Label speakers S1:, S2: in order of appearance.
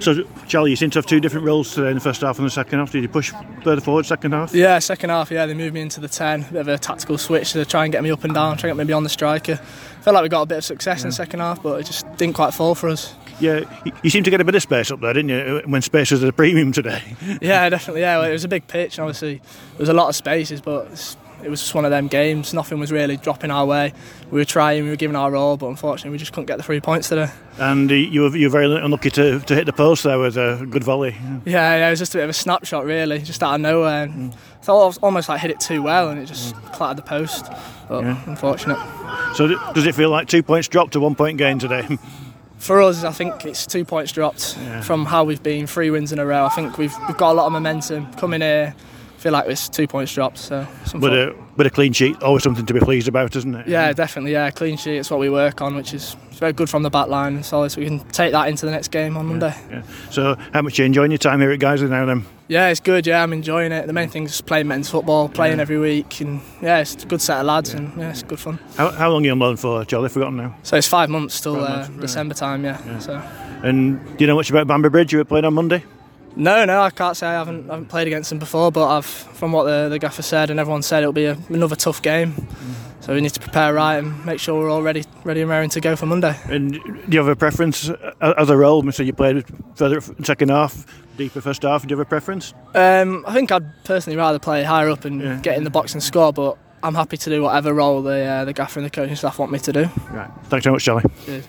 S1: So, Charlie, you seem to have two different roles today in the first half and the second half. Did you push further forward second half?
S2: Yeah, second half, yeah, they moved me into the 10. Bit of a tactical switch to try and get me up and down, try and get me beyond the striker. Felt like we got a bit of success in the second half, but it just didn't quite fall for us.
S1: Yeah, you, you seemed to get a bit of space up there, didn't you? uh, When space was at a premium today.
S2: Yeah, definitely, yeah. Well, it was a big pitch, and obviously, there was a lot of spaces, but it's- it was just one of them games. Nothing was really dropping our way. We were trying, we were giving our all, but unfortunately, we just couldn't get the three points today.
S1: And uh, you were, you were very unlucky to, to hit the post there with a good volley.
S2: Yeah, yeah, it was just a bit of a snapshot, really, just out of nowhere. And So I was almost like hit it too well, and it just clattered the post. But
S1: Yeah.
S2: unfortunate.
S1: So, d- does it feel like two points dropped to one point gain today?
S2: For us, I think it's two points dropped
S1: Yeah.
S2: from how we've been, three wins in a row. I think we've, we've got a lot of momentum coming here. feel like it's two points dropped. So it's
S1: but,
S2: unfortunate.
S1: a, but a clean sheet, always something to be pleased about, isn't it?
S2: yeah, definitely. Yeah, clean sheet. It's what we work on, which is it's very good from the back line. and solid. So we can take that into the next game on Monday.
S1: Yeah. So, how much you enjoying your time here at Geyser now then?
S2: Yeah, it's good. Yeah, I'm enjoying it. The main thing is just playing men's football, playing every week, and yeah, it's a good set of lads, and yeah, it's good fun.
S1: How, how long are you on loan for, Charlie? I've forgotten now.
S2: So it's five months till
S1: Five
S2: uh,
S1: months, right.
S2: December time. Yeah. So
S1: And do you know much about Bamber Bridge? You were playing on Monday?
S2: no, no, I can't say I haven't, I haven't played against them before, but I've from what the, the gaffer said and everyone said, it'll be a, another tough game. So we need to prepare right and make sure we're all ready, ready and raring to go for Monday.
S1: And do you have a preference uh, as a role? So you played further f- second half, deeper first half. Do you have a preference?
S2: Um, I think I'd personally rather play higher up and
S1: Yeah.
S2: get in the box and score, but I'm happy to do whatever role the uh, the gaffer and the coaching staff want me to do.
S1: Right. Thanks very much, Charlie.